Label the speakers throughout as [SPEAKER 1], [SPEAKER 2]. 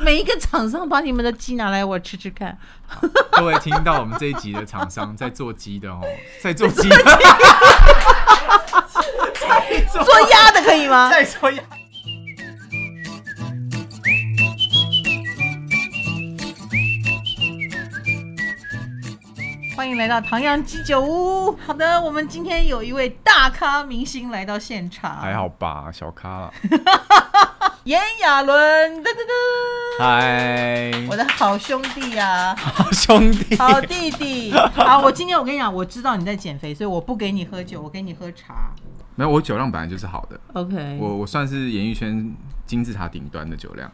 [SPEAKER 1] 每一个厂商把你们的鸡拿来我吃吃看。
[SPEAKER 2] 各位听到我们这一集的厂商在做鸡的 哦，在做鸡的，
[SPEAKER 1] 做鸭的可以吗？
[SPEAKER 2] 在做鸭。
[SPEAKER 1] 欢迎来到唐阳鸡酒屋。好的，我们今天有一位大咖明星来到现场，
[SPEAKER 2] 还好吧，小咖啦。
[SPEAKER 1] 炎亚纶，噔噔噔，
[SPEAKER 2] 嗨，
[SPEAKER 1] 我的好兄弟 呀、
[SPEAKER 2] 好兄弟，
[SPEAKER 1] 好弟弟。好，我今天我跟你讲，我知道你在减肥，所以我不给你喝酒，我给你喝茶。
[SPEAKER 2] 没有我酒量本来就是好的，
[SPEAKER 1] OK，
[SPEAKER 2] 我我算是演艺圈金字塔顶端的酒量。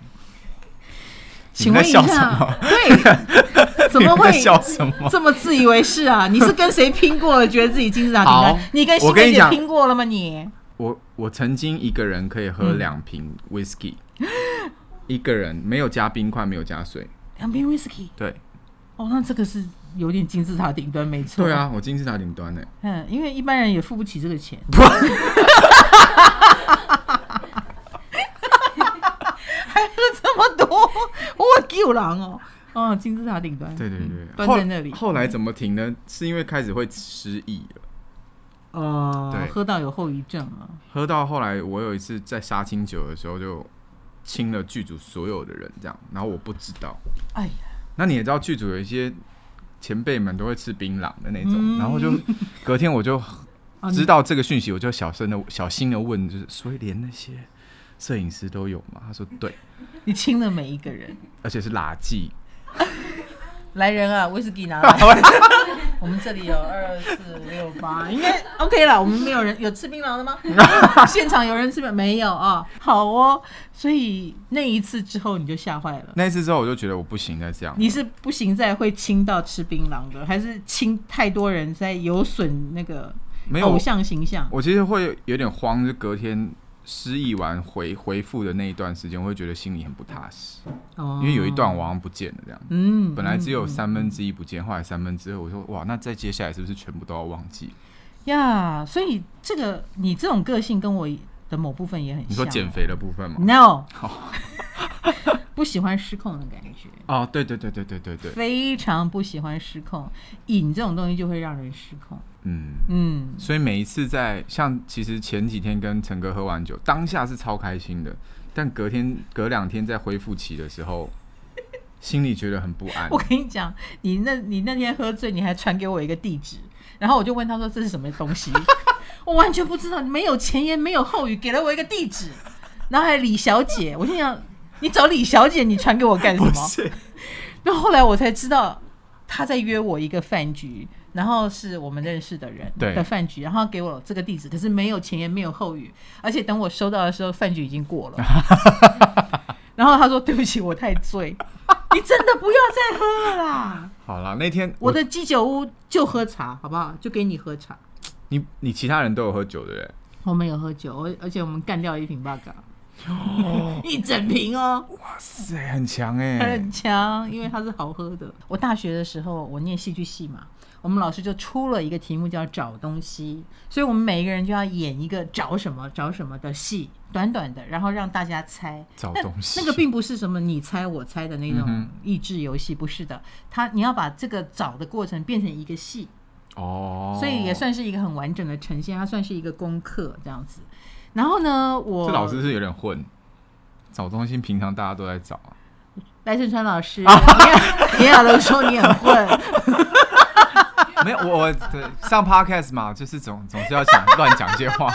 [SPEAKER 1] 请问一
[SPEAKER 2] 你们在笑什
[SPEAKER 1] 下
[SPEAKER 2] 么，
[SPEAKER 1] 对， 怎么
[SPEAKER 2] 你们
[SPEAKER 1] 会
[SPEAKER 2] 在笑什么？
[SPEAKER 1] 这么自以为是啊？你是跟谁拼过了，觉得自己金字塔顶
[SPEAKER 2] 好
[SPEAKER 1] 端？你跟
[SPEAKER 2] 我
[SPEAKER 1] 新
[SPEAKER 2] 跟
[SPEAKER 1] 梅
[SPEAKER 2] 你
[SPEAKER 1] 姐
[SPEAKER 2] 讲
[SPEAKER 1] 拼过了吗？你
[SPEAKER 2] 我我曾经一个人可以喝两瓶 whisky，、一个人没有加冰块，没有加水。
[SPEAKER 1] 两瓶 whisky，
[SPEAKER 2] 对
[SPEAKER 1] 哦，那这个是有点金字塔顶端，没错。
[SPEAKER 2] 对，啊，我金字塔顶端呢。
[SPEAKER 1] 嗯，因为一般人也付不起这个钱。 还喝这么多，我救狼哦！哦，金字塔顶端，
[SPEAKER 2] 对对对
[SPEAKER 1] 嗯，
[SPEAKER 2] 对
[SPEAKER 1] 端在那里。
[SPEAKER 2] 后后来怎么停呢？是因为开始会失忆了。
[SPEAKER 1] 哦
[SPEAKER 2] 对，
[SPEAKER 1] 喝到有后遗症啊。
[SPEAKER 2] 喝到后来，我有一次在杀青酒的时候就亲了剧组所有的人，这样，然后我不知道。
[SPEAKER 1] 哎呀，
[SPEAKER 2] 那你也知道，剧组有一些前辈们都会吃槟榔的那种，
[SPEAKER 1] 嗯
[SPEAKER 2] 然 后就隔天我就
[SPEAKER 1] 啊
[SPEAKER 2] 知道这个讯息，我就小声的、小心的问，就是所以连那些摄影师都有吗？他说对，
[SPEAKER 1] 你你亲了每一个人。
[SPEAKER 2] 而且是垃圾。
[SPEAKER 1] 来人啊，威士忌 拿来。 我们这里有二四六八，应该 OK 了。我们没有人有吃槟榔的 吗？现场有人吃槟没有啊？好哦，所以那一次之后你就吓坏了。
[SPEAKER 2] 那一次之后，我就觉得我不行再这样。
[SPEAKER 1] 你是不行在会亲到吃槟榔的，还是亲太多人在有损那个
[SPEAKER 2] 没有
[SPEAKER 1] 偶，像形象？
[SPEAKER 2] 我其实会有点慌，就隔天失忆完回回复的那一段时间，我会觉得心里很不踏实，
[SPEAKER 1] 哦
[SPEAKER 2] 因为有一段我好像不见了这样。
[SPEAKER 1] 嗯
[SPEAKER 2] 本来只有三分之一不见，后来三分之二，我说哇，那再接下来是不是全部都要忘记？
[SPEAKER 1] 嗯呀所以这个你这种个性跟我的某部分也很像。
[SPEAKER 2] 你说减肥的部分吗？
[SPEAKER 1] ？No，
[SPEAKER 2] 好
[SPEAKER 1] 不喜欢失控的感觉。
[SPEAKER 2] 哦，对对对对对对对，
[SPEAKER 1] 非常不喜欢失控，瘾这种东西就会让人失控。
[SPEAKER 2] 嗯。
[SPEAKER 1] 嗯，
[SPEAKER 2] 所以每一次在像其实前几天跟陈哥喝完酒，当下是超开心的，但隔天隔两天在恢复期的时候，心里觉得很不安
[SPEAKER 1] 我。跟你讲，你那你那天喝醉，你还传给我一个地址，然后我就问他说这是什么东西，我完全不知道，没有前言没有后语，给了我一个地址，然后还有李小姐，我心想你找李小姐，你传给我干什
[SPEAKER 2] 不
[SPEAKER 1] 么？
[SPEAKER 2] 是，
[SPEAKER 1] 然后后来我才知道，他在约我一个饭局，然后是我们认识的人
[SPEAKER 2] 对
[SPEAKER 1] 的饭局，然后给我这个地址，可是没有前言，没有后语，而且等我收到的时候，饭局已经过了。然后他说：“对不起，我太醉，你真的不要再喝了啦！
[SPEAKER 2] 好啦，那天
[SPEAKER 1] 我的鸡酒屋就喝茶，好不好？就给你喝茶。
[SPEAKER 2] 你你其他人都有喝酒的人，
[SPEAKER 1] 我们有喝酒，我而且我们干掉一瓶八嘎， 一整瓶哦。”
[SPEAKER 2] 哇塞，很强哎、
[SPEAKER 1] 很强，因为它是好喝的。我大学的时候，我念戏剧系嘛，我们老师就出了一个题目叫“找东西”，所以我们每一个人就要演一个找什么找什么的戏，短短的，然后让大家猜。
[SPEAKER 2] 找
[SPEAKER 1] 那
[SPEAKER 2] 东西
[SPEAKER 1] 那个并不是什么你猜我猜的那
[SPEAKER 2] 嗯
[SPEAKER 1] 种益智游戏，不是的。它你要把这个找的过程变成一个戏，
[SPEAKER 2] 哦，
[SPEAKER 1] 所以也算是一个很完整的呈现，它算是一个功课这样子。然后呢，我
[SPEAKER 2] 这老师是有点混，找东西平常大家都在找啊，
[SPEAKER 1] 赖声川老师，炎炎亚纶说你很混。
[SPEAKER 2] 没有我我对上 podcast 嘛，就是总总是要讲乱讲些 话，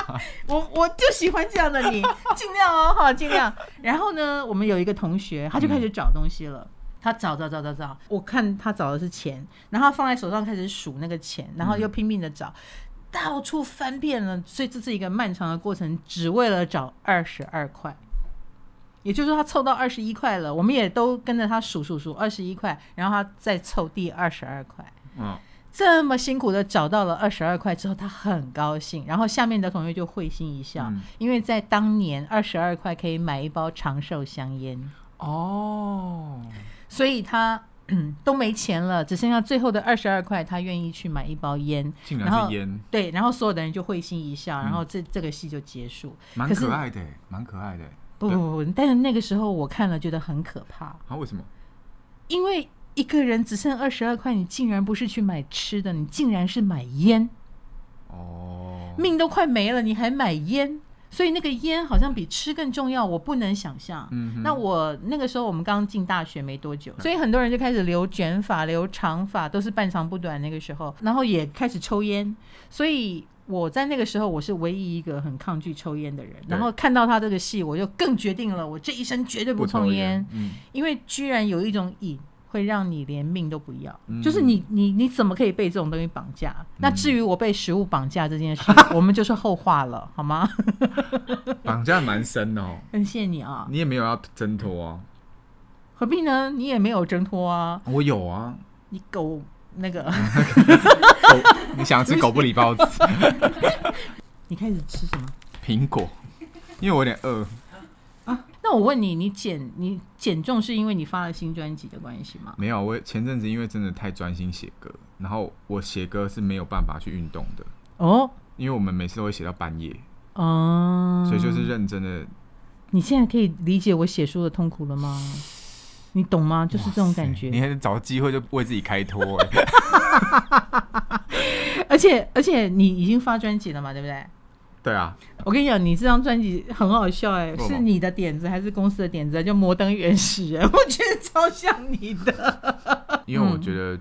[SPEAKER 1] 我我就喜欢这样的你，尽量哦，哈，尽量。然后呢，我们有一个同学，他就开始找东西了。他找找找找找，我看他找的是钱，然后他放在手上开始数那个钱，然后又拼命的找，到处翻遍了，所以这是一个漫长的过程，只为了找二十二块。也就是说，他凑到二十一块了，我们也都跟着他数数数二十一块，然后他再凑第二十二块。
[SPEAKER 2] 嗯，
[SPEAKER 1] 这么辛苦的找到了二十二块之后，他很高兴，然后下面的同学就会心一笑，
[SPEAKER 2] 嗯
[SPEAKER 1] 因为在当年二十二块可以买一包长寿香烟，
[SPEAKER 2] 哦，
[SPEAKER 1] 所以他。 嗯都没钱了，只剩下最后的二十二块，他愿意去买一包烟。
[SPEAKER 2] 竟
[SPEAKER 1] 然
[SPEAKER 2] 然
[SPEAKER 1] 后
[SPEAKER 2] 是烟。
[SPEAKER 1] 对，然后所有的人就会心一笑，然后这这个戏就结束。
[SPEAKER 2] 蛮
[SPEAKER 1] 可是
[SPEAKER 2] 可爱的欸，蛮可爱的欸。
[SPEAKER 1] 不不不，但是那个时候我看了觉得很可怕，
[SPEAKER 2] 啊，为什么？
[SPEAKER 1] 因为一个人只剩二十二块，你竟然不是去买吃的，你竟然是买烟，
[SPEAKER 2] 哦，
[SPEAKER 1] 命都快没了，你还买烟，所以那个烟好像比吃更重要，我不能想象。
[SPEAKER 2] 嗯哼
[SPEAKER 1] 那我那个时候我们刚进大学没多久，所以很多人就开始留卷发、留长发，都是半长不短那个时候，然后也开始抽烟，所以。我在那个时候，我是唯一一个很抗拒抽烟的人。然后看到他这个戏，我就更决定了，我这一生绝对不
[SPEAKER 2] 抽
[SPEAKER 1] 碰烟。，
[SPEAKER 2] 嗯，
[SPEAKER 1] 因为居然有一种瘾会让你连命都不要，
[SPEAKER 2] 嗯
[SPEAKER 1] 就是你你你怎么可以被这种东西绑架？那至于我被食物绑架这件 事，我们就是后话了，好吗？
[SPEAKER 2] 绑架蛮深哦，
[SPEAKER 1] 很谢谢你啊，
[SPEAKER 2] 你也没有要挣脱啊，
[SPEAKER 1] 何必呢？你也没有挣脱啊，
[SPEAKER 2] 我有啊，
[SPEAKER 1] 你狗那个，
[SPEAKER 2] 狗，你想吃狗不理包子，
[SPEAKER 1] 你开始吃什么？
[SPEAKER 2] 苹果，因为我有点饿，
[SPEAKER 1] 那我问你，你减你减重是因为你发了新专辑的关系吗？
[SPEAKER 2] 没有，我前阵子因为真的太专心写歌，然后我写歌是没有办法去运动的，
[SPEAKER 1] 哦，
[SPEAKER 2] 因为我们每次都会写到半夜，
[SPEAKER 1] 嗯，
[SPEAKER 2] 所以就是认真的，
[SPEAKER 1] 你现在可以理解我写书的痛苦了吗？你懂吗？就是这种感觉。
[SPEAKER 2] 你还得找机会就为自己 开脱、欸，
[SPEAKER 1] 而且而且你已经发专辑了嘛，对不对？
[SPEAKER 2] 对啊，
[SPEAKER 1] 我跟你讲，你这张专辑很好笑哎、
[SPEAKER 2] 为什么
[SPEAKER 1] 是你的点子还是公司的点子啊？叫《摩登原始人》， 我觉得超像你的。
[SPEAKER 2] 因为我觉得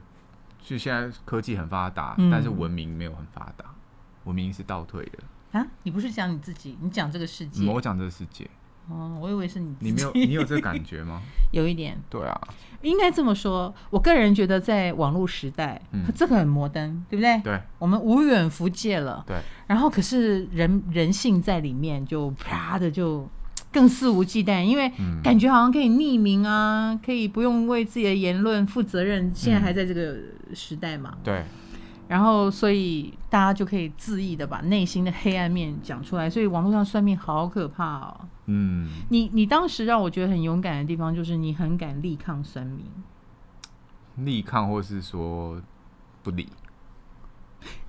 [SPEAKER 2] 就现在科技很发达，
[SPEAKER 1] 嗯
[SPEAKER 2] 但是文明没有很发达，文明是倒退的。
[SPEAKER 1] 啊，你不是讲你自己，你讲这个世界。
[SPEAKER 2] 我讲这个世界，
[SPEAKER 1] 哦，我以为是你自己。
[SPEAKER 2] 你没有，你有这个感 觉吗？
[SPEAKER 1] 有一点，
[SPEAKER 2] 对啊，
[SPEAKER 1] 应该这么说。我个人觉得，在网络时代，
[SPEAKER 2] 嗯
[SPEAKER 1] 这个很摩登，对不对？
[SPEAKER 2] 对
[SPEAKER 1] 我们无远弗届了。
[SPEAKER 2] 对。
[SPEAKER 1] 然后，可是人人性在里面就啪的就更肆无忌惮，因为
[SPEAKER 2] 嗯
[SPEAKER 1] 感觉好像可以匿名啊，可以不用为自己的言论负责任。现在
[SPEAKER 2] 嗯
[SPEAKER 1] 还在这个时代嘛，
[SPEAKER 2] 对，
[SPEAKER 1] 然后所以大家就可以恣意的把内心的黑暗面讲出来。所以网络上算命好可怕哦！
[SPEAKER 2] 嗯，
[SPEAKER 1] 你你当时让我觉得很勇敢的地方，就是你很敢力抗算命。
[SPEAKER 2] 力抗或是说不理，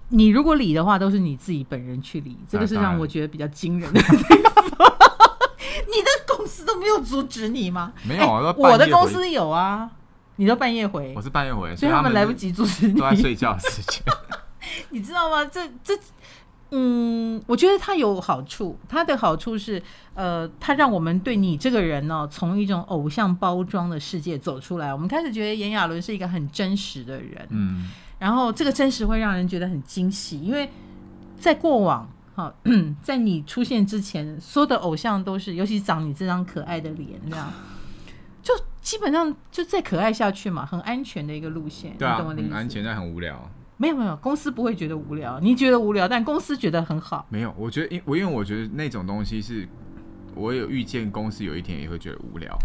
[SPEAKER 1] 你如果理的话，都是你自己本人去理，这个是
[SPEAKER 2] 当
[SPEAKER 1] 让
[SPEAKER 2] 然
[SPEAKER 1] 我觉得比较惊人的地方。 你的公司都没有阻止你吗？
[SPEAKER 2] 没有啊
[SPEAKER 1] 哎
[SPEAKER 2] 都半夜
[SPEAKER 1] 我的
[SPEAKER 2] 回
[SPEAKER 1] 公司有啊，你都半夜回
[SPEAKER 2] 我，是半夜回，
[SPEAKER 1] 所以
[SPEAKER 2] 他
[SPEAKER 1] 他们来不
[SPEAKER 2] 是
[SPEAKER 1] 及阻止你
[SPEAKER 2] 都。在睡觉的时间。
[SPEAKER 1] 你知道吗？这这，嗯，我觉得它有好处。它的好处是，呃，它让我们对你这个人呢、从一种偶像包装的世界走出来。我们开始觉得炎亚纶是一个很真实的人，
[SPEAKER 2] 嗯，
[SPEAKER 1] 然后这个真实会让人觉得很惊喜，因为在过往。好、 在你出现之前，所有的偶像都是，尤其长你这张可爱的脸，这样，就基本上就再可爱下去嘛，很安全的一个路线，
[SPEAKER 2] 对啊，
[SPEAKER 1] 你懂我的意
[SPEAKER 2] 很
[SPEAKER 1] 思？
[SPEAKER 2] 安全，但很无聊。
[SPEAKER 1] 没有没有，公司不会觉得无聊，你觉得无聊，但公司觉得很好。
[SPEAKER 2] 没有，我觉得因我因为我觉得那种东西是，我有预见公司有一天也会觉得无聊，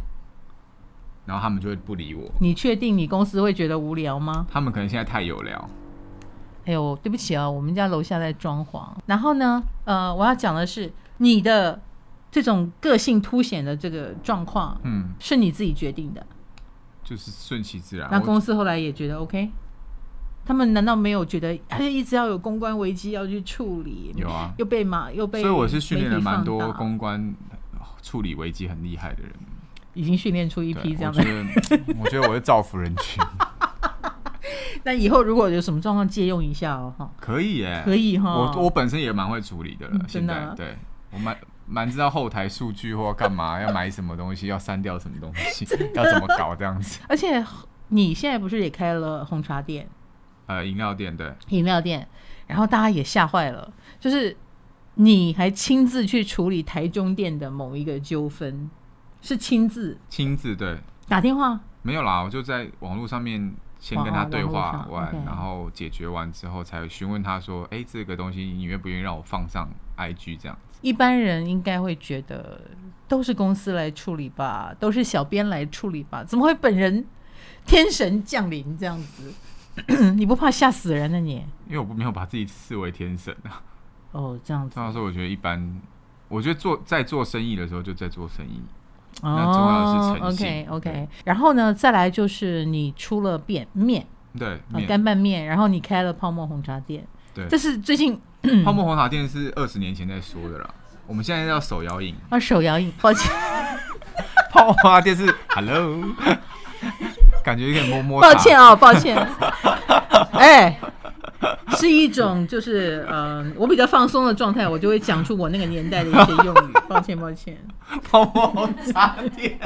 [SPEAKER 2] 然后他们就会不理我。
[SPEAKER 1] 你确定你公司会觉得无聊吗？
[SPEAKER 2] 他们可能现在太有聊，
[SPEAKER 1] 哎呦，对不起啊，我们家楼下在装潢。然后呢，呃，我要讲的是你的这种个性凸显的这个状况
[SPEAKER 2] 嗯，
[SPEAKER 1] 是你自己决定的。
[SPEAKER 2] 就是顺其自然。
[SPEAKER 1] 那
[SPEAKER 2] 啊我
[SPEAKER 1] 公司后来也觉得 OK，他们难道没有觉得 哎一直要有公关危机要去处理？
[SPEAKER 2] 有啊，
[SPEAKER 1] 又被骂，又被
[SPEAKER 2] 所以我是训练了
[SPEAKER 1] 媒体
[SPEAKER 2] 蛮
[SPEAKER 1] 放
[SPEAKER 2] 多
[SPEAKER 1] 大
[SPEAKER 2] 公关处理危机很厉害的人。
[SPEAKER 1] 已经训练出一
[SPEAKER 2] 对，
[SPEAKER 1] 批这样
[SPEAKER 2] 我
[SPEAKER 1] 的
[SPEAKER 2] 觉。得我觉得我是造福人群，
[SPEAKER 1] 那以后如果有什么状况，借用一下哦，哈，
[SPEAKER 2] 可以耶，
[SPEAKER 1] 可以哈。
[SPEAKER 2] 哎我我本身也蛮会处理的了，
[SPEAKER 1] 哦嗯真
[SPEAKER 2] 现
[SPEAKER 1] 的
[SPEAKER 2] 在
[SPEAKER 1] 啊
[SPEAKER 2] 对我蛮蛮知道后台数据或干嘛 要买什么东西，要删掉什么东西， 要怎么搞这样子。
[SPEAKER 1] 而且你现在不是也开了红茶店、
[SPEAKER 2] 呃，饮料店对，
[SPEAKER 1] 饮料店，然后大家也吓坏了，就是你还亲自去处理台中店的某一个纠纷，是亲自
[SPEAKER 2] 亲自对，
[SPEAKER 1] 打电话，
[SPEAKER 2] 没有啦，我就在网络上面先跟他对话
[SPEAKER 1] 网络
[SPEAKER 2] 完
[SPEAKER 1] 上，，OK
[SPEAKER 2] 然后解决完之后才询问他说，哎、这个东西你愿不愿意让我放上 IG 这样子？
[SPEAKER 1] 一般人应该会觉得都是公司来处理吧，都是小编来处理吧，怎么会本人天神降临这样子？ 你不怕吓死人呢你？
[SPEAKER 2] 因为我不没有把自己视为天神 啊。
[SPEAKER 1] 哦，这样子
[SPEAKER 2] 这，样说，我觉得一般，我觉得做在做生意的时候就在做生意，那重要的
[SPEAKER 1] 哦
[SPEAKER 2] 是诚信
[SPEAKER 1] ，OK OK
[SPEAKER 2] 对。
[SPEAKER 1] 然后呢，再来就是你出了便面，
[SPEAKER 2] 对，
[SPEAKER 1] 啊，
[SPEAKER 2] 面
[SPEAKER 1] 干拌面，然后你开了泡沫红茶店，
[SPEAKER 2] 对
[SPEAKER 1] 这是最近
[SPEAKER 2] 泡沫红茶店是二十年前在说的啦，我们现在要手摇饮。
[SPEAKER 1] 啊手摇饮，抱歉，
[SPEAKER 2] 泡花店是 Hello，感觉有点摸摸。
[SPEAKER 1] 抱歉， 哦，抱歉。哎，是一种就是嗯、呃我比较放松的状态，我就会讲出我那个年代的一些用 语。抱歉，抱歉。
[SPEAKER 2] 泡沫茶店，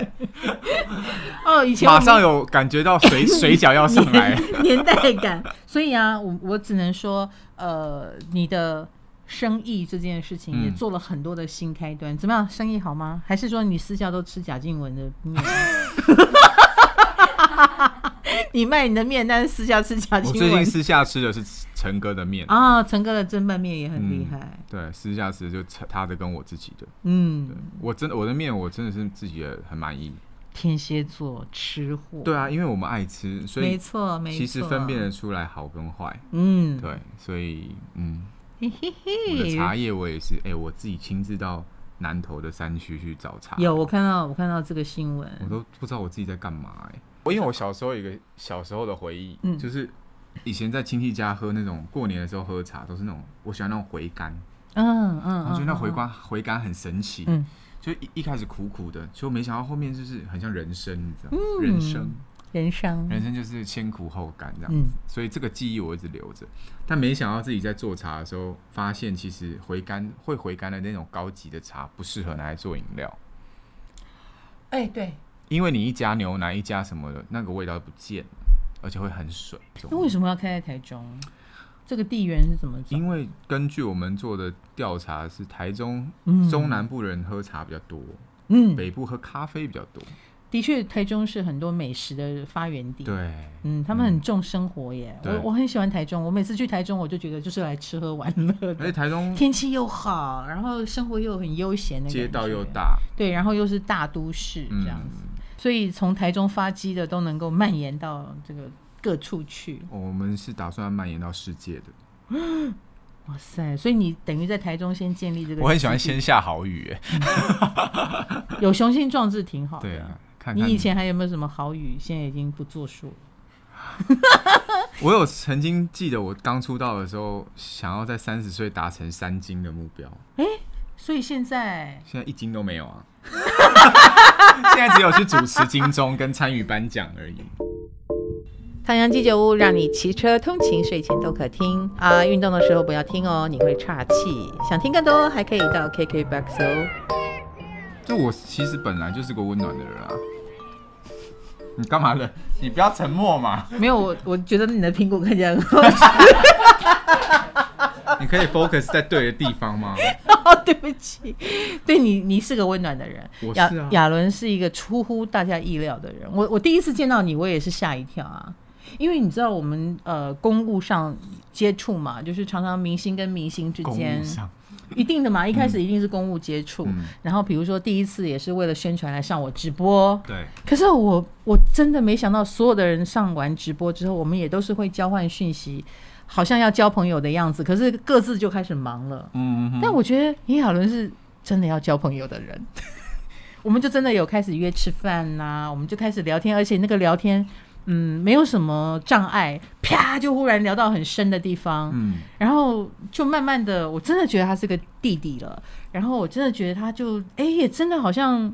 [SPEAKER 1] 哦，以前我
[SPEAKER 2] 马
[SPEAKER 1] 们
[SPEAKER 2] 上有感觉到水水饺要上来。
[SPEAKER 1] 年代感。所以啊，我我只能说，呃，你的生意这件事情
[SPEAKER 2] 嗯
[SPEAKER 1] 也做了很多的新开端，怎么样？生意好吗？还是说你私下都吃贾静雯的 面？你卖你的面，但是私下吃贾
[SPEAKER 2] 我
[SPEAKER 1] 静
[SPEAKER 2] 最近
[SPEAKER 1] 雯
[SPEAKER 2] 私下吃的是陈哥的面，
[SPEAKER 1] 啊？陈哥的蒸拌面也很厉
[SPEAKER 2] 嗯
[SPEAKER 1] 害，
[SPEAKER 2] 对，私下吃的就他的跟我自己的，
[SPEAKER 1] 嗯，
[SPEAKER 2] 我真的我的面我真的是自己也很满意。
[SPEAKER 1] 天蝎座吃货，
[SPEAKER 2] 对啊，因为我们爱吃，所
[SPEAKER 1] 没
[SPEAKER 2] 以
[SPEAKER 1] 错，没错，
[SPEAKER 2] 其实分辨得出来好跟坏。
[SPEAKER 1] 嗯，
[SPEAKER 2] 对，所以嗯，
[SPEAKER 1] 嘿嘿
[SPEAKER 2] 我的
[SPEAKER 1] 嘿。
[SPEAKER 2] 茶叶我也是，哎、我自己亲自到南投的山区去找茶，
[SPEAKER 1] 有，我看到我看到这个新闻，
[SPEAKER 2] 啊我都不知道我自己在干嘛哎、我因为我小时候有一个小时候的回忆，
[SPEAKER 1] 嗯
[SPEAKER 2] 就是以前在亲戚家喝那种过年的时候喝茶，都是那种我喜欢那种回甘，
[SPEAKER 1] 嗯嗯，
[SPEAKER 2] 我觉得那
[SPEAKER 1] 嗯
[SPEAKER 2] 回
[SPEAKER 1] 嗯
[SPEAKER 2] 甘回甘很神奇，
[SPEAKER 1] 嗯
[SPEAKER 2] 就一一开始苦苦的，就没想到后面就是很像人生，你知道吗？
[SPEAKER 1] 嗯
[SPEAKER 2] 人生
[SPEAKER 1] 人生，
[SPEAKER 2] 人生就是先苦后甘这样，
[SPEAKER 1] 嗯
[SPEAKER 2] 所以这个记忆我一直留着。但没想到自己在做茶的时候，发现其实回甘会回甘的那种高级的茶不适合拿来做饮料，
[SPEAKER 1] 哎、对，
[SPEAKER 2] 因为你一加牛奶一加什么的，那个味道不见了，而且会很水。
[SPEAKER 1] 那为什么要开在台中？这个地缘是怎么走？
[SPEAKER 2] 因为根据我们做的调查是，台中
[SPEAKER 1] 嗯
[SPEAKER 2] 中南部人喝茶比较多，
[SPEAKER 1] 嗯，
[SPEAKER 2] 北部喝咖啡比较多。
[SPEAKER 1] 的确，台中是很多美食的发源地。
[SPEAKER 2] 对，嗯
[SPEAKER 1] 嗯，他们很重生活耶。
[SPEAKER 2] 对
[SPEAKER 1] 我我很喜欢台中，我每次去台中，我就觉得就是来吃喝玩乐
[SPEAKER 2] 而
[SPEAKER 1] 的
[SPEAKER 2] 且，台中
[SPEAKER 1] 天气又好，然后生活又很悠闲的，
[SPEAKER 2] 嗯街道又，大，
[SPEAKER 1] 对，然后又是大都市
[SPEAKER 2] 嗯
[SPEAKER 1] 这样子，所以从台中发迹的都能够蔓延到这个各处去。
[SPEAKER 2] 哦我们是打算蔓延到世界的。
[SPEAKER 1] 哇塞！所以你等于在台中先建立这个，
[SPEAKER 2] 我很喜欢先下好雨、哎
[SPEAKER 1] 有雄心壮志，挺好的。
[SPEAKER 2] 对啊，看看
[SPEAKER 1] 你以前还有没有什么好语？现在已经不作数了。
[SPEAKER 2] 我有曾经记得，我刚出道的时候，想要在三十岁达成三金的目标，
[SPEAKER 1] 所以现在
[SPEAKER 2] 现在一金都没有啊。 现在只有去主持金钟跟参与颁奖而已。
[SPEAKER 1] 唐阳鸡酒屋让你骑车通勤、睡前都可听啊，运动的时候不要听哦，你会岔气。想听更多，还可以到 KKBOX 哦。
[SPEAKER 2] 就我其实本来就是个温暖的人啊。你干嘛了？你不要沉默嘛！
[SPEAKER 1] 没有我，我觉得你的苹果看起来很好吃。
[SPEAKER 2] 你可以 focus 在对的地方吗？
[SPEAKER 1] 哦，对不起，对你，你是个温暖的人。
[SPEAKER 2] 我
[SPEAKER 1] 亚
[SPEAKER 2] 是啊
[SPEAKER 1] 亚伦是一个出乎大家意料的人。我我第一次见到你，我也是吓一跳啊，因为你知道我们呃公务上接触嘛，就是常常明星跟明星之
[SPEAKER 2] 公
[SPEAKER 1] 间
[SPEAKER 2] 务。上，
[SPEAKER 1] 一定的嘛，一开始一定是公务接触，
[SPEAKER 2] 嗯
[SPEAKER 1] 然后比如说第一次也是为了宣传来上我直播，
[SPEAKER 2] 对，
[SPEAKER 1] 可是我我真的没想到，所有的人上完直播之后，我们也都是会交换讯息，好像要交朋友的样子，可是各自就开始忙了。
[SPEAKER 2] 嗯嗯嗯，
[SPEAKER 1] 但我觉得炎亚纶是真的要交朋友的人， 我们就真的有开始约吃饭呐、我们就开始聊天，而且那个聊天，嗯，没有什么障碍，啪就忽然聊到很深的地方，
[SPEAKER 2] 嗯，
[SPEAKER 1] 然后就慢慢的，我真的觉得他是个弟弟了。然后我真的觉得他就，哎、也真的好像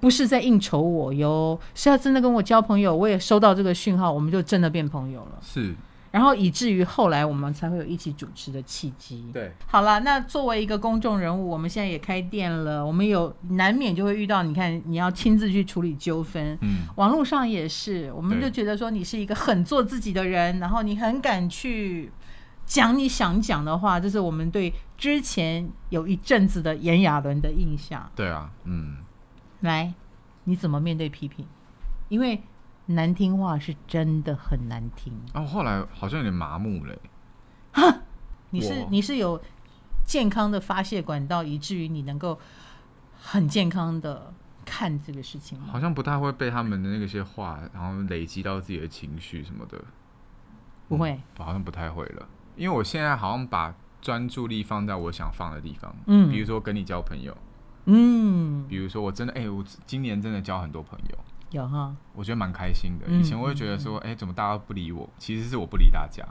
[SPEAKER 1] 不是在应酬我哟，是要真的跟我交朋友。我也收到这个讯号，我们就真的变朋友了。
[SPEAKER 2] 是
[SPEAKER 1] 然后以至于后来我们才会有一起主持的契机。
[SPEAKER 2] 对，
[SPEAKER 1] 好了，那作为一个公众人物，我们现在也开店了，我们有难免就会遇到，你看你要亲自去处理纠纷，
[SPEAKER 2] 嗯，
[SPEAKER 1] 网络上也是，我们
[SPEAKER 2] 对
[SPEAKER 1] 就觉得说你是一个很做自己的人，然后你很敢去讲你想讲的话，这是我们对之前有一阵子的炎亚纶的印象。
[SPEAKER 2] 对啊，嗯，
[SPEAKER 1] 来，你怎么面对批评？因为难听话是真的很难听。
[SPEAKER 2] 然哦后后来好像有点麻木了、
[SPEAKER 1] 你是
[SPEAKER 2] 我
[SPEAKER 1] 你是有健康的发泄管道，以至于你能够很健康的看这个事情吗？
[SPEAKER 2] 好像不太会被他们的那些话，然后累积到自己的情绪什么的，嗯
[SPEAKER 1] 不会，
[SPEAKER 2] 好像不太会了。因为我现在好像把专注力放在我想放的地方，
[SPEAKER 1] 嗯
[SPEAKER 2] 比如说跟你交朋友，
[SPEAKER 1] 嗯，
[SPEAKER 2] 比如说我真的，哎、我今年真的交很多朋友，
[SPEAKER 1] 有哈，
[SPEAKER 2] 我觉得蛮开心的。
[SPEAKER 1] 嗯
[SPEAKER 2] 以前我会觉得说，哎、怎么大家都不理我？其实是我不理大家，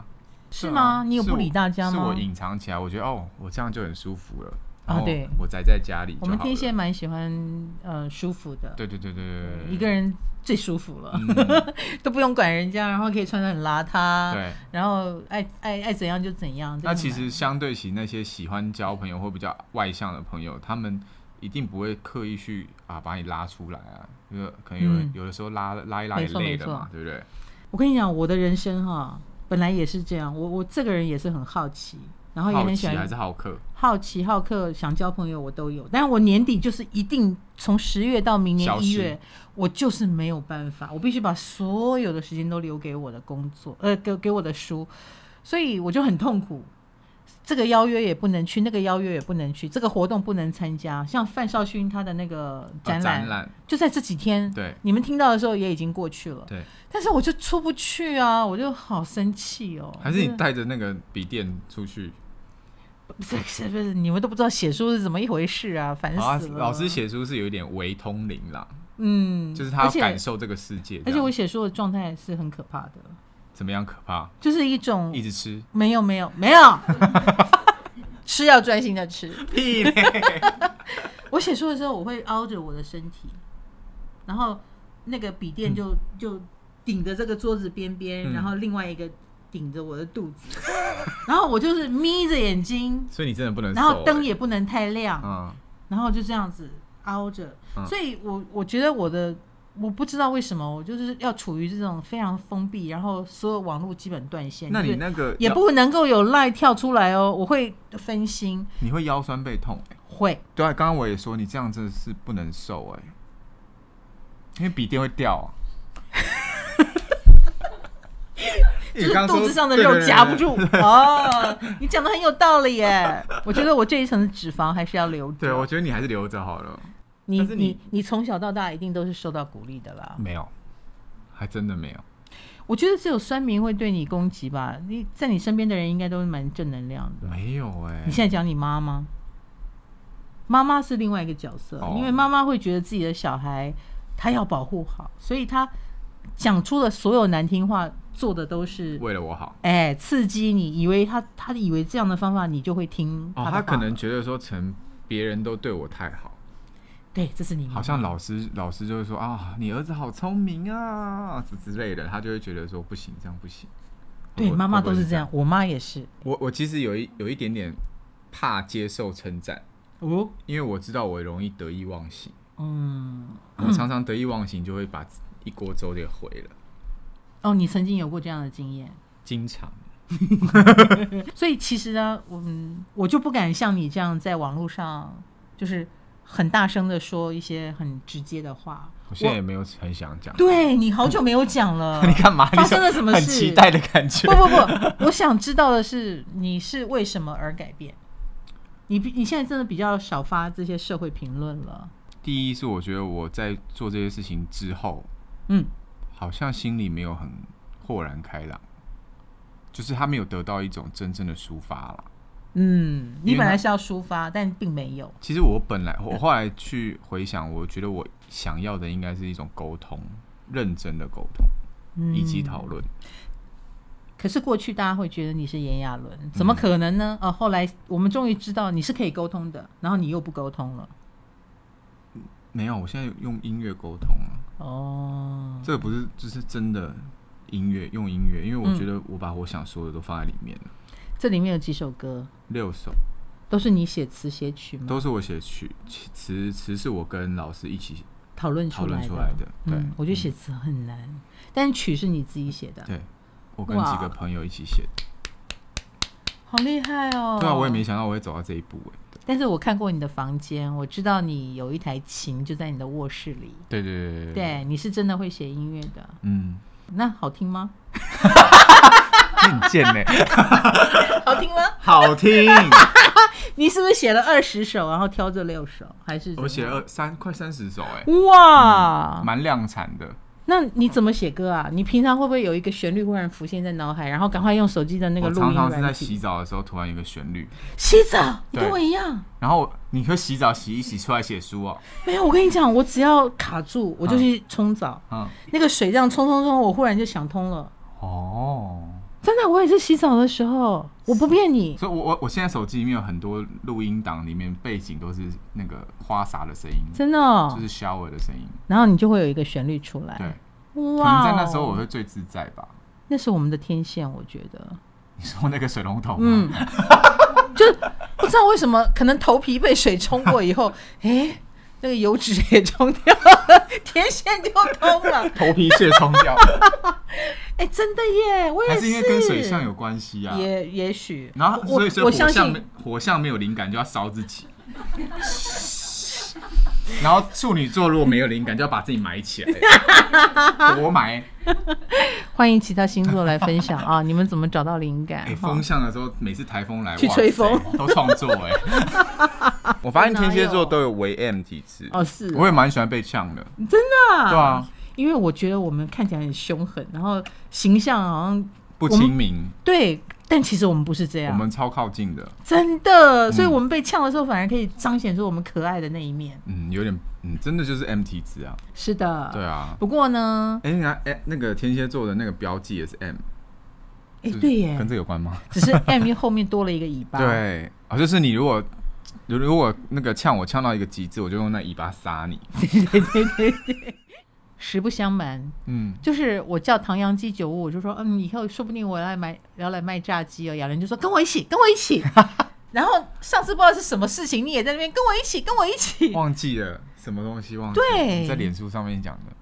[SPEAKER 1] 是
[SPEAKER 2] 对啊
[SPEAKER 1] 吗？你有
[SPEAKER 2] 是
[SPEAKER 1] 不
[SPEAKER 2] 我
[SPEAKER 1] 理大家吗？
[SPEAKER 2] 是我隐藏起来，我觉得哦，我这样就很舒服了。然
[SPEAKER 1] 啊
[SPEAKER 2] 后
[SPEAKER 1] 对
[SPEAKER 2] 我宅在家里
[SPEAKER 1] 我
[SPEAKER 2] 就
[SPEAKER 1] 们
[SPEAKER 2] 好
[SPEAKER 1] 天蝎
[SPEAKER 2] 了。
[SPEAKER 1] 蛮喜欢呃舒服的，
[SPEAKER 2] 对对对对 对嗯对，
[SPEAKER 1] 一个人最舒服了，
[SPEAKER 2] 嗯
[SPEAKER 1] 都不用管人家，然后可以穿的很邋遢，
[SPEAKER 2] 对。
[SPEAKER 1] 然后爱爱爱怎样就怎样。
[SPEAKER 2] 那
[SPEAKER 1] 真的
[SPEAKER 2] 其
[SPEAKER 1] 蛮
[SPEAKER 2] 实相对起那些喜欢交朋友或比较外向的朋友，他们一定不会刻意去啊把你拉出来啊，因为可能有、
[SPEAKER 1] 嗯
[SPEAKER 2] 有的时候拉拉一拉也
[SPEAKER 1] 没错
[SPEAKER 2] 累
[SPEAKER 1] 没
[SPEAKER 2] 的
[SPEAKER 1] 错
[SPEAKER 2] 嘛，对不对？
[SPEAKER 1] 我跟你讲，我的人生哈，本来也是这样，我我这个人也是很好奇，然后也
[SPEAKER 2] 好
[SPEAKER 1] 很哦喜
[SPEAKER 2] 奇还
[SPEAKER 1] 欢
[SPEAKER 2] 是好客，
[SPEAKER 1] 好奇好客，想交朋友我都有，但是我年底就是一定从十月到明
[SPEAKER 2] 消
[SPEAKER 1] 年
[SPEAKER 2] 失
[SPEAKER 1] 一月，我就是没有办法，我必须把所有的时间都留给我的工作，呃，给给我的书，所以我就很痛苦。这个邀约也不能去，那个邀约也不能去，这个活动不能参加。像范少勋他的那个
[SPEAKER 2] 呃
[SPEAKER 1] 展览，
[SPEAKER 2] 展览
[SPEAKER 1] 就在这几天，
[SPEAKER 2] 对
[SPEAKER 1] 你们听到的时候也已经过去了。
[SPEAKER 2] 对，
[SPEAKER 1] 但是我就出不去啊，我就好生气哦。
[SPEAKER 2] 还是
[SPEAKER 1] 真
[SPEAKER 2] 你
[SPEAKER 1] 的
[SPEAKER 2] 带着那个笔电出去，
[SPEAKER 1] 不是 是不是你们都不知道写书是怎么一回事啊？烦
[SPEAKER 2] 好啊
[SPEAKER 1] 死了。
[SPEAKER 2] 老师，写书是有一点微通灵啦，
[SPEAKER 1] 嗯，
[SPEAKER 2] 就是他
[SPEAKER 1] 而
[SPEAKER 2] 要
[SPEAKER 1] 且
[SPEAKER 2] 感受这个世界这
[SPEAKER 1] 而
[SPEAKER 2] 样，
[SPEAKER 1] 且我写书的状态是很可怕的，
[SPEAKER 2] 怎么样可怕，
[SPEAKER 1] 就是一种
[SPEAKER 2] 一直吃
[SPEAKER 1] 没有没有没有， 吃要专心的吃。
[SPEAKER 2] 屁嘞，
[SPEAKER 1] 我写书的时候，我会凹着我的身体，然后那个笔电就、就顶着这个桌子边边，
[SPEAKER 2] 嗯
[SPEAKER 1] 然后另外一个顶着我的肚子，然后我就是眯着眼睛，
[SPEAKER 2] 所以你真的不能瘦、
[SPEAKER 1] 然后灯
[SPEAKER 2] 欸
[SPEAKER 1] 也不能太亮，
[SPEAKER 2] 嗯，
[SPEAKER 1] 然后就这样子凹着，
[SPEAKER 2] 嗯
[SPEAKER 1] 所以我我觉得我的我不知道为什么，我就是要处于这种非常封闭，然后所有网络基本断线，
[SPEAKER 2] 那
[SPEAKER 1] 就
[SPEAKER 2] 你
[SPEAKER 1] 是
[SPEAKER 2] 那个
[SPEAKER 1] 也
[SPEAKER 2] 腰
[SPEAKER 1] 不能够有赖跳出来哦，我会分心，
[SPEAKER 2] 你会腰酸背痛、欸
[SPEAKER 1] 会
[SPEAKER 2] 对啊，刚刚我也说你这样真的是不能瘦哎、因为笔电会掉、 啊。
[SPEAKER 1] 就
[SPEAKER 2] 你
[SPEAKER 1] 是
[SPEAKER 2] 刚刚说
[SPEAKER 1] 肚子上的
[SPEAKER 2] 对对
[SPEAKER 1] 肉
[SPEAKER 2] 对
[SPEAKER 1] 夹不
[SPEAKER 2] 对
[SPEAKER 1] 住哦。你讲的很有道理耶， 我觉得我这一层的脂肪还是要留着。
[SPEAKER 2] 对，我觉得你还是留着好了。
[SPEAKER 1] 你
[SPEAKER 2] 但是你
[SPEAKER 1] 你你从小到大一定都是受到鼓励的啦。
[SPEAKER 2] 没有，还真的没有。
[SPEAKER 1] 我觉得只有酸民会对你攻击吧，你在你身边的人应该都是蛮正能量的。
[SPEAKER 2] 没有哎、
[SPEAKER 1] 你现在讲你妈妈，妈妈是另外一个角色，
[SPEAKER 2] 哦
[SPEAKER 1] 因为妈妈会觉得自己的小孩，她要保护好，所以她讲出的所有难听话，做的都是
[SPEAKER 2] 为了我好。
[SPEAKER 1] 哎刺激你，以为她她以为这样的方法你就会听她
[SPEAKER 2] 哦
[SPEAKER 1] 的，话
[SPEAKER 2] 他
[SPEAKER 1] 了
[SPEAKER 2] 可能觉得说成别人都对我太好，
[SPEAKER 1] 对，这是你妈
[SPEAKER 2] 好像老师老师就会说啊，你儿子好聪明啊之之类的，他就会觉得说不行，这样不行。
[SPEAKER 1] 对
[SPEAKER 2] 会不会
[SPEAKER 1] 妈妈
[SPEAKER 2] 会不
[SPEAKER 1] 都
[SPEAKER 2] 会
[SPEAKER 1] 是
[SPEAKER 2] 这
[SPEAKER 1] 这样，我妈也是
[SPEAKER 2] 我我其实有一有一点点怕接受称赞，
[SPEAKER 1] 哦，
[SPEAKER 2] 因为我知道我容易得意忘形，
[SPEAKER 1] 嗯，
[SPEAKER 2] 我常常得意忘形就会把一锅粥给毁了，
[SPEAKER 1] 哦，你曾经有过这样的经验，
[SPEAKER 2] 经常。
[SPEAKER 1] 所以其实呢，我们我就不敢像你这样在网络上就是很大声的说一些很直接的话。
[SPEAKER 2] 我现在也没有很想讲，
[SPEAKER 1] 对你好久没有讲了
[SPEAKER 2] ，你干嘛？你
[SPEAKER 1] 发生了什么事？
[SPEAKER 2] 很期待的感觉
[SPEAKER 1] 不。不不，我想知道的是你是为什么而改变。你比你现在真的比较少发这些社会评论了，
[SPEAKER 2] 第一是我觉得我在做这些事情之后，
[SPEAKER 1] 嗯，
[SPEAKER 2] 好像心里没有很豁然开朗，就是他没有得到一种真正的抒发了。
[SPEAKER 1] 嗯，你
[SPEAKER 2] 因为
[SPEAKER 1] 本来
[SPEAKER 2] 他
[SPEAKER 1] 是要抒发，但并没有，
[SPEAKER 2] 其实我本来我后来去回想，我觉得我想要的应该是一种沟通，认真的沟通
[SPEAKER 1] 嗯，
[SPEAKER 2] 以及讨论。
[SPEAKER 1] 可是过去大家会觉得你是炎亚
[SPEAKER 2] 嗯
[SPEAKER 1] 纶，怎么可能呢？哦，后来我们终于知道你是可以沟通的，然后你又不沟通了。
[SPEAKER 2] 没有，我现在用音乐沟通啊。
[SPEAKER 1] 哦，
[SPEAKER 2] 这个不是就是真的音乐，用音乐，因为我觉
[SPEAKER 1] 嗯
[SPEAKER 2] 得我把我想说的都放在里面了，
[SPEAKER 1] 这里面有几首歌
[SPEAKER 2] 六首
[SPEAKER 1] 都是你写词写曲吗？
[SPEAKER 2] 都是我写曲其词词是我跟老师一起
[SPEAKER 1] 讨论
[SPEAKER 2] 讨
[SPEAKER 1] 出
[SPEAKER 2] 论
[SPEAKER 1] 来的。
[SPEAKER 2] 出来的，对，
[SPEAKER 1] 嗯，我觉得写词很难，但曲是你自己写的，
[SPEAKER 2] 对，我跟
[SPEAKER 1] 哇
[SPEAKER 2] 几个朋友一起写的，
[SPEAKER 1] 好厉害哦。
[SPEAKER 2] 对啊，我也没。想到我会走到这一步哎、
[SPEAKER 1] 但是我看过你的房间，我知道你有一台琴就在你的卧室里。
[SPEAKER 2] 对对对对，
[SPEAKER 1] 对，你是真的会写音乐的，
[SPEAKER 2] 嗯，
[SPEAKER 1] 那好听吗？
[SPEAKER 2] 你很贱呢、
[SPEAKER 1] 好听吗？
[SPEAKER 2] 好听，
[SPEAKER 1] 你是不是写了二十首，然后挑这六首，还是怎么样
[SPEAKER 2] 我写了二三快三十首哎、
[SPEAKER 1] 哇，
[SPEAKER 2] 蛮量产的，
[SPEAKER 1] 那你怎么写歌啊？你平常会不会有一个旋律忽然浮现在脑海，然后赶快用手机的那个
[SPEAKER 2] 我
[SPEAKER 1] 录音
[SPEAKER 2] 常常是在
[SPEAKER 1] 软
[SPEAKER 2] 洗
[SPEAKER 1] 体？
[SPEAKER 2] 澡的时候突然有个旋律，
[SPEAKER 1] 洗澡，你跟
[SPEAKER 2] 对
[SPEAKER 1] 我一样。
[SPEAKER 2] 然后你会洗澡洗一洗出来写书哦、
[SPEAKER 1] 没有，我跟你讲，我只要卡住，我就去冲澡，
[SPEAKER 2] 嗯，
[SPEAKER 1] 那个水这样冲冲冲，我忽然就想通了，
[SPEAKER 2] 哦，
[SPEAKER 1] 真的，我也是洗澡的时候，我不骗你，
[SPEAKER 2] 所以我我我现在手机里面有很多录音档，里面背景都是那个花洒的声音，
[SPEAKER 1] 真的哦、
[SPEAKER 2] 就是 shower 的声音。
[SPEAKER 1] 然后你就会有一个旋律出来，
[SPEAKER 2] 对，可
[SPEAKER 1] 哇
[SPEAKER 2] 能
[SPEAKER 1] 哦，
[SPEAKER 2] 在那时候我会最自在吧。
[SPEAKER 1] 那是我们的天线，我觉得，
[SPEAKER 2] 你说那个水龙头吗？
[SPEAKER 1] 嗯，就不知道为什么，可能头皮被水冲过以后，哎、那个油脂也冲掉了， 天线就通了。
[SPEAKER 2] 头皮屑冲掉，
[SPEAKER 1] 哎、真的耶，我也
[SPEAKER 2] 还是因为跟水象有关系 啊？
[SPEAKER 1] 也也许，
[SPEAKER 2] 然后
[SPEAKER 1] 我
[SPEAKER 2] 所以所以
[SPEAKER 1] 我
[SPEAKER 2] 火
[SPEAKER 1] 相
[SPEAKER 2] 象
[SPEAKER 1] 信
[SPEAKER 2] 没火象没有灵感就要烧自己。然后处女座如果没有灵感，就要把自己埋起来，活埋。
[SPEAKER 1] 欢迎其他星座来分 享啊，你们怎么找到灵感
[SPEAKER 2] 哎、？
[SPEAKER 1] 哈
[SPEAKER 2] 风向的时候，每次台风来
[SPEAKER 1] 去吹风，
[SPEAKER 2] 哇塞都创作哎、 我发现天蝎座都有为 M 体质，
[SPEAKER 1] 哦是
[SPEAKER 2] 我也蛮喜欢被呛的，
[SPEAKER 1] 真的、
[SPEAKER 2] 对啊，
[SPEAKER 1] 因为我觉得我们看起来很凶狠，然后形象好像
[SPEAKER 2] 不亲民，
[SPEAKER 1] 对，但其实我们不是这
[SPEAKER 2] 我
[SPEAKER 1] 样，
[SPEAKER 2] 们嗯超靠近的，
[SPEAKER 1] 真的，所以我们被呛的时候反而可以彰显出我们可爱的那一面。
[SPEAKER 2] 嗯，有点，嗯，真的就是 M 体质啊，
[SPEAKER 1] 是的，
[SPEAKER 2] 对啊。
[SPEAKER 1] 不过呢，
[SPEAKER 2] 哎、那哎、那个天蝎座的那个标记也是 M，
[SPEAKER 1] 哎、
[SPEAKER 2] 是
[SPEAKER 1] 对耶
[SPEAKER 2] 跟，这有关吗？
[SPEAKER 1] 只是 M 后面多了一个尾巴。，
[SPEAKER 2] 对啊，就是你如果如如果那个呛我呛到一个极致，我就用那尾巴杀你。
[SPEAKER 1] 实不相瞒，
[SPEAKER 2] 嗯，
[SPEAKER 1] 就是我叫唐扬鸡酒屋，我就说，嗯，以后说不定我要来买，要来卖炸鸡哦。雅伦就说跟我一起，跟我一 起。然后上次不知道是什么事情，你也在那边跟我一起，跟我一起。
[SPEAKER 2] 忘记了什么东西忘记了，
[SPEAKER 1] 对
[SPEAKER 2] 你在脸书上面讲的。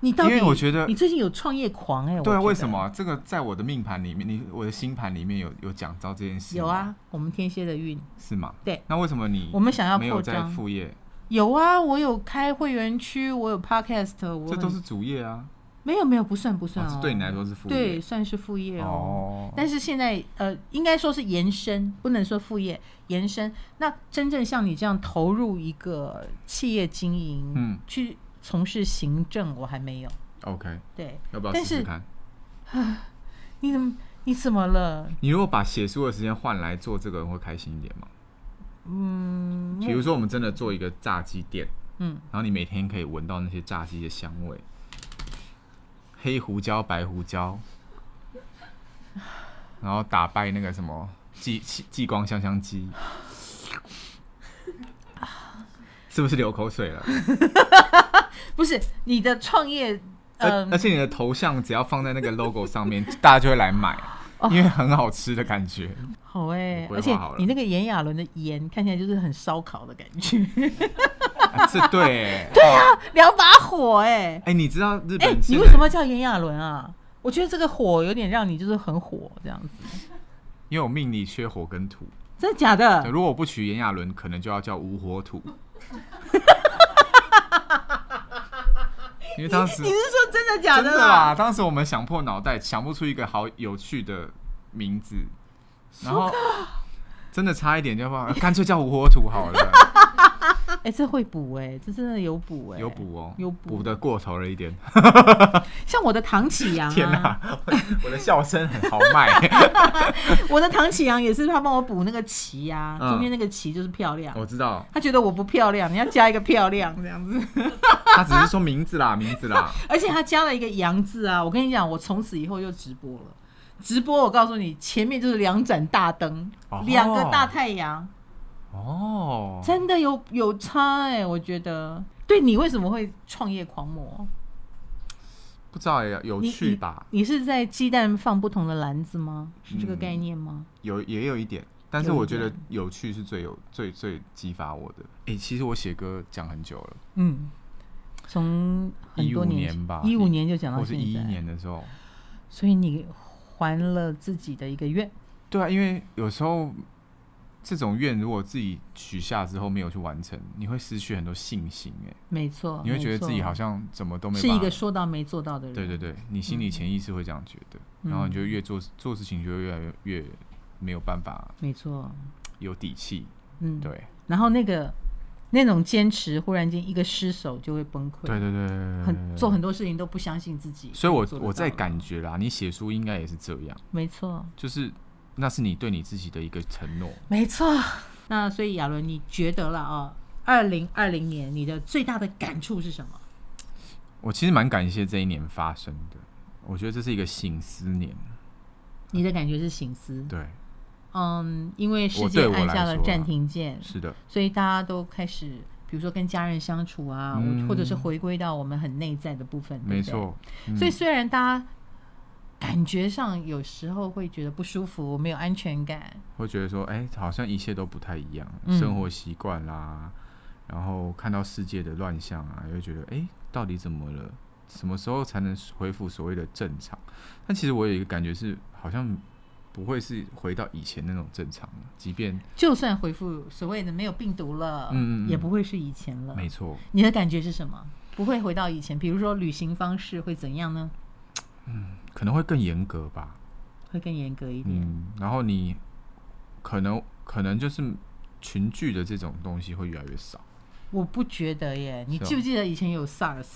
[SPEAKER 1] 你到底？
[SPEAKER 2] 因为我觉得
[SPEAKER 1] 你最近有创业狂哎、我
[SPEAKER 2] 对
[SPEAKER 1] 觉
[SPEAKER 2] 啊，
[SPEAKER 1] 得
[SPEAKER 2] 为什么啊这个在我的命盘里面，你我的星盘里面有有讲到这件事？
[SPEAKER 1] 有，啊，我们天蝎的运
[SPEAKER 2] 是吗？
[SPEAKER 1] 对。
[SPEAKER 2] 那为什么你
[SPEAKER 1] 我们想要
[SPEAKER 2] 嗯没有
[SPEAKER 1] 扩
[SPEAKER 2] 在
[SPEAKER 1] 张
[SPEAKER 2] 副业？
[SPEAKER 1] 有啊，我有开会员区，我有 podcast，我
[SPEAKER 2] 这
[SPEAKER 1] 很
[SPEAKER 2] 都是主业啊，
[SPEAKER 1] 没有没有不算不
[SPEAKER 2] 哦
[SPEAKER 1] 算、哦
[SPEAKER 2] 这对你来说是副
[SPEAKER 1] 对
[SPEAKER 2] 业。
[SPEAKER 1] 算是副业哦。
[SPEAKER 2] 哦，
[SPEAKER 1] 但是现在呃，应该说是延伸，不能说副业延伸。那真正像你这样投入一个企业经营，
[SPEAKER 2] 嗯
[SPEAKER 1] 去从事行政，我还没有。
[SPEAKER 2] OK，
[SPEAKER 1] 对，
[SPEAKER 2] 要不要
[SPEAKER 1] 但
[SPEAKER 2] 试
[SPEAKER 1] 是
[SPEAKER 2] 试看？
[SPEAKER 1] 你怎么你怎么了？
[SPEAKER 2] 你如果把写书的时间换来做这个，会开心一点吗？
[SPEAKER 1] 嗯，
[SPEAKER 2] 比如说，我们真的做一个炸鸡店，
[SPEAKER 1] 嗯，
[SPEAKER 2] 然后你每天可以闻到那些炸鸡的香味，黑胡椒、白 胡椒，然后打败那个什么激激激光香香鸡，是不是流口水了？
[SPEAKER 1] 嗯不是你的创业，
[SPEAKER 2] 而、
[SPEAKER 1] 嗯、
[SPEAKER 2] 而且你的头像只要放在那个 logo 上面，大家就会来买，
[SPEAKER 1] 哦
[SPEAKER 2] 因为很好吃的感觉。
[SPEAKER 1] 好哎、
[SPEAKER 2] 我规划
[SPEAKER 1] 而且
[SPEAKER 2] 好了
[SPEAKER 1] 你那个炎亚纶的炎看起来就是很烧烤的感觉，
[SPEAKER 2] 啊这对、欸，对啊，
[SPEAKER 1] 两把火哎、
[SPEAKER 2] 哎、你知道日
[SPEAKER 1] 哎、
[SPEAKER 2] 本是
[SPEAKER 1] 你为什么叫炎亚纶啊？我觉得这个火有点让你就是很火这样子，
[SPEAKER 2] 因为我命里缺火跟土。
[SPEAKER 1] 真的假
[SPEAKER 2] 对
[SPEAKER 1] 的？
[SPEAKER 2] 如果我不娶炎亚纶，可能就要叫无 火土。因为当时
[SPEAKER 1] 你是说真的假
[SPEAKER 2] 真的啊
[SPEAKER 1] 啦？
[SPEAKER 2] 啦，当时我们想破脑袋想不出一个好有趣的名字，然后真的差一点就放，干脆叫无火土 好了，
[SPEAKER 1] 哎、这会补哎、这真的有补哎、
[SPEAKER 2] 有补哦，
[SPEAKER 1] 有补啊
[SPEAKER 2] 补的过头了一点。
[SPEAKER 1] 像我的唐启阳、啊，
[SPEAKER 2] 天哪， 我的笑声很豪迈。
[SPEAKER 1] 我的唐启阳也是他帮我补那个旗呀、
[SPEAKER 2] 嗯
[SPEAKER 1] 中间那个旗就是漂亮。
[SPEAKER 2] 我知道，
[SPEAKER 1] 他觉得我不漂亮，你要加一个漂亮这样子，
[SPEAKER 2] 他只是说名字啦，名字啦，
[SPEAKER 1] 而且他加了一个“杨”字啊！我跟你讲，我从此以后就直播了。直播，我告诉你，前面就是两盏大灯
[SPEAKER 2] 哦，
[SPEAKER 1] 两、个大太阳，
[SPEAKER 2] 哦，
[SPEAKER 1] 真的有有差哎、我觉得。对你为什么会创业狂魔？
[SPEAKER 2] 不知道也有
[SPEAKER 1] 你
[SPEAKER 2] 趣吧？
[SPEAKER 1] 你？你是在鸡蛋放不同的篮子吗？是这个
[SPEAKER 2] 嗯
[SPEAKER 1] 概念吗？
[SPEAKER 2] 有也有一点，但是
[SPEAKER 1] 有一
[SPEAKER 2] 我觉得
[SPEAKER 1] 点
[SPEAKER 2] 有趣是最有最最激发我的。诶，其实我写歌讲很久了，
[SPEAKER 1] 嗯，从很多
[SPEAKER 2] 15
[SPEAKER 1] 年
[SPEAKER 2] 年
[SPEAKER 1] 前
[SPEAKER 2] 吧
[SPEAKER 1] 一五年就讲到
[SPEAKER 2] 或
[SPEAKER 1] 现
[SPEAKER 2] 是
[SPEAKER 1] 在，
[SPEAKER 2] 一一年的时候，
[SPEAKER 1] 所以你还了自己的一个愿，
[SPEAKER 2] 对啊，因为有时候这种愿如果自己许下之后没有去完成，你会失去很多信心、诶，
[SPEAKER 1] 哦没错，
[SPEAKER 2] 你会觉得自己好
[SPEAKER 1] 像
[SPEAKER 2] 像怎么都没
[SPEAKER 1] 是
[SPEAKER 2] 办
[SPEAKER 1] 一
[SPEAKER 2] 法
[SPEAKER 1] 个。嗯说到没做到的人，
[SPEAKER 2] 对对，对，你心里潜意识会这样觉得，
[SPEAKER 1] 嗯
[SPEAKER 2] 然后你就越做做事情就会越来越越没有办法
[SPEAKER 1] 没错，
[SPEAKER 2] 有底气。
[SPEAKER 1] 嗯，
[SPEAKER 2] 对，
[SPEAKER 1] 然后那个那种坚持，忽然间一个失手就会崩溃，
[SPEAKER 2] 对对对对对，
[SPEAKER 1] 很做很多事情都不相信自己，
[SPEAKER 2] 所以我
[SPEAKER 1] 做得
[SPEAKER 2] 我在
[SPEAKER 1] 到了，
[SPEAKER 2] 感觉啦，你写书应该也是这样。
[SPEAKER 1] 没错，
[SPEAKER 2] 就是那是你对你自己的一个承诺。
[SPEAKER 1] 没错。那所以亚伦，你觉得了啊？二零二零年你的最大的感触是什么？
[SPEAKER 2] 我其实蛮感谢这一年发生的，我觉得这是一个醒思年，
[SPEAKER 1] 你的感觉是醒思，
[SPEAKER 2] 对，
[SPEAKER 1] 嗯，因为世
[SPEAKER 2] 我
[SPEAKER 1] 界
[SPEAKER 2] 对我
[SPEAKER 1] 按
[SPEAKER 2] 来
[SPEAKER 1] 下了
[SPEAKER 2] 说啊
[SPEAKER 1] 暂停键，
[SPEAKER 2] 是的，
[SPEAKER 1] 所以大家都开始，比如说跟家人相处啊，
[SPEAKER 2] 嗯
[SPEAKER 1] 或者是回归到我们很内在的部分，对
[SPEAKER 2] 没
[SPEAKER 1] 不对。
[SPEAKER 2] 错。嗯
[SPEAKER 1] 所以虽然大家感觉上有时候会觉得不舒服，没有安全感，
[SPEAKER 2] 会觉得说，哎、好像一切都不太一样，
[SPEAKER 1] 嗯
[SPEAKER 2] 生活习惯啦，然后看到世界的乱象啊，又觉得，哎、到底怎么了？什么时候才能恢复所谓的正常？但其实我有一个感觉是，好像不会是回到以前那种正常了，即便
[SPEAKER 1] 就算回复所谓的没有病毒了，
[SPEAKER 2] 嗯嗯嗯
[SPEAKER 1] 也不会是以前了。
[SPEAKER 2] 没错，
[SPEAKER 1] 你的感觉是什么？不会回到以前，比如说旅行方式会怎样呢？
[SPEAKER 2] 可能会更严格吧，
[SPEAKER 1] 会更严格一点。
[SPEAKER 2] 嗯，然后你可能可能就是群聚的这种东西会越来越少，
[SPEAKER 1] 我不觉得耶。你
[SPEAKER 2] 是哦
[SPEAKER 1] 记不记得以前有 SARS？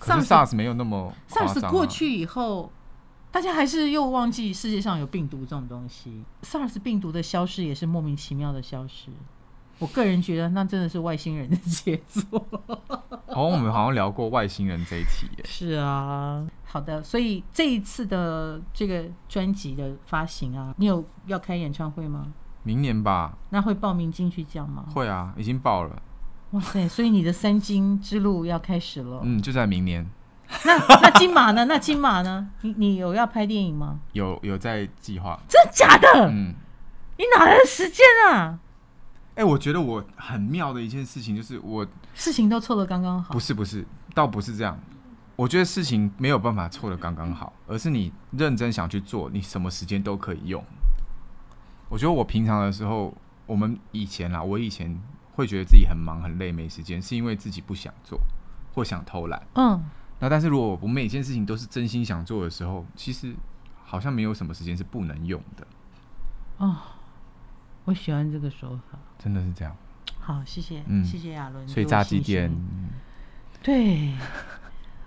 [SPEAKER 2] 可
[SPEAKER 1] SARS
[SPEAKER 2] 是 SARS 没有那么夸张、
[SPEAKER 1] SARS
[SPEAKER 2] 啊，
[SPEAKER 1] 过去以后，大家还是又忘记世界上有病毒这种东西。SARS 病毒的消失也是莫名其妙的消失。我个人觉得那真的是外星人的杰作。
[SPEAKER 2] 哦，我们好像聊过外星人这一题耶，
[SPEAKER 1] 是啊，好的，所以这一次的这个专辑的发行啊，你有要开演唱会吗？
[SPEAKER 2] 明年吧，
[SPEAKER 1] 那会报名金曲奖吗？
[SPEAKER 2] 会啊，已经报了，
[SPEAKER 1] 哇塞，所以你的三金之路要开始了。
[SPEAKER 2] 嗯，就在明年，
[SPEAKER 1] 那那金马呢？那金马呢？你你有要拍电影吗？
[SPEAKER 2] 有有在计划，
[SPEAKER 1] 真的假的？
[SPEAKER 2] 嗯，
[SPEAKER 1] 你哪来的时间啊？
[SPEAKER 2] 哎、我觉得我很妙的一件事情就是我，
[SPEAKER 1] 事情都凑得刚刚好
[SPEAKER 2] 不。是不是，倒不是这样，我觉得事情没有办法错的刚刚好，而是你认真想去做，你什么时间都可以用。我觉得我平常的时候，我们以前啊啦，我以前会觉得自己很忙很累没时间，是因为自己不想做或想偷懒。
[SPEAKER 1] 嗯，
[SPEAKER 2] 那但是如果我每件事情都是真心想做的时候，其实好像没有什么时间是不能用的，
[SPEAKER 1] 哦，我喜欢这个说法。
[SPEAKER 2] 真的是这样。
[SPEAKER 1] 好，谢谢，
[SPEAKER 2] 嗯
[SPEAKER 1] 谢谢亚伦。
[SPEAKER 2] 所
[SPEAKER 1] 给
[SPEAKER 2] 以
[SPEAKER 1] 我
[SPEAKER 2] 炸鸡
[SPEAKER 1] 信心
[SPEAKER 2] 店嗯
[SPEAKER 1] 对，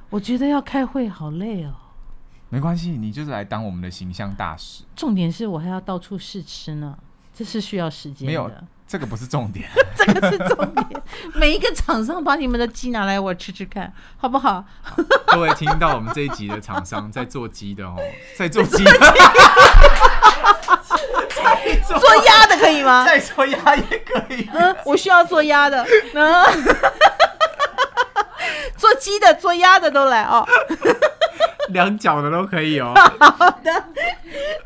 [SPEAKER 1] 我觉得要开会好累哦。
[SPEAKER 2] 没关系，你就是来当我们的形象大使，
[SPEAKER 1] 重点是我还要到处试吃呢，这是需要时间
[SPEAKER 2] 没有
[SPEAKER 1] 的。
[SPEAKER 2] 这个不是重点。
[SPEAKER 1] 这个是重点。每一个厂商把你们的鸡拿来我吃吃看，好不好？
[SPEAKER 2] 各位听到我们这一集的厂商在做鸡 的哦，在做鸡，
[SPEAKER 1] 做鸭的可以吗？
[SPEAKER 2] 在做鸭也可以。
[SPEAKER 1] 嗯，我需要做鸭的， 嗯，做鸡的、做鸭的都来哦。
[SPEAKER 2] 两脚的都可以哦。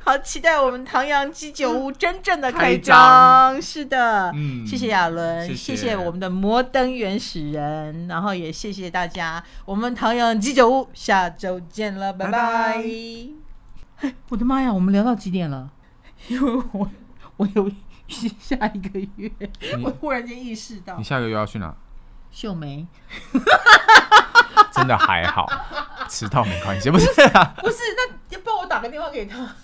[SPEAKER 1] 好，期待我们唐阳鸡酒屋真正的开
[SPEAKER 2] 开张
[SPEAKER 1] 是的，
[SPEAKER 2] 嗯
[SPEAKER 1] 谢谢亚伦，
[SPEAKER 2] 谢
[SPEAKER 1] 谢
[SPEAKER 2] 谢
[SPEAKER 1] 谢我们的摩登原始人，然后也谢谢大家，我们唐阳鸡酒屋下周见了，拜
[SPEAKER 2] 拜
[SPEAKER 1] 拜。哎我的妈呀，我们聊到几点了？因为 我我有下一个月，我忽然间意识到
[SPEAKER 2] 你下个月要去哪？
[SPEAKER 1] 秀梅
[SPEAKER 2] 真的还好，迟到没关系，不是啊？啊
[SPEAKER 1] 不是，那要帮我打个电话给他。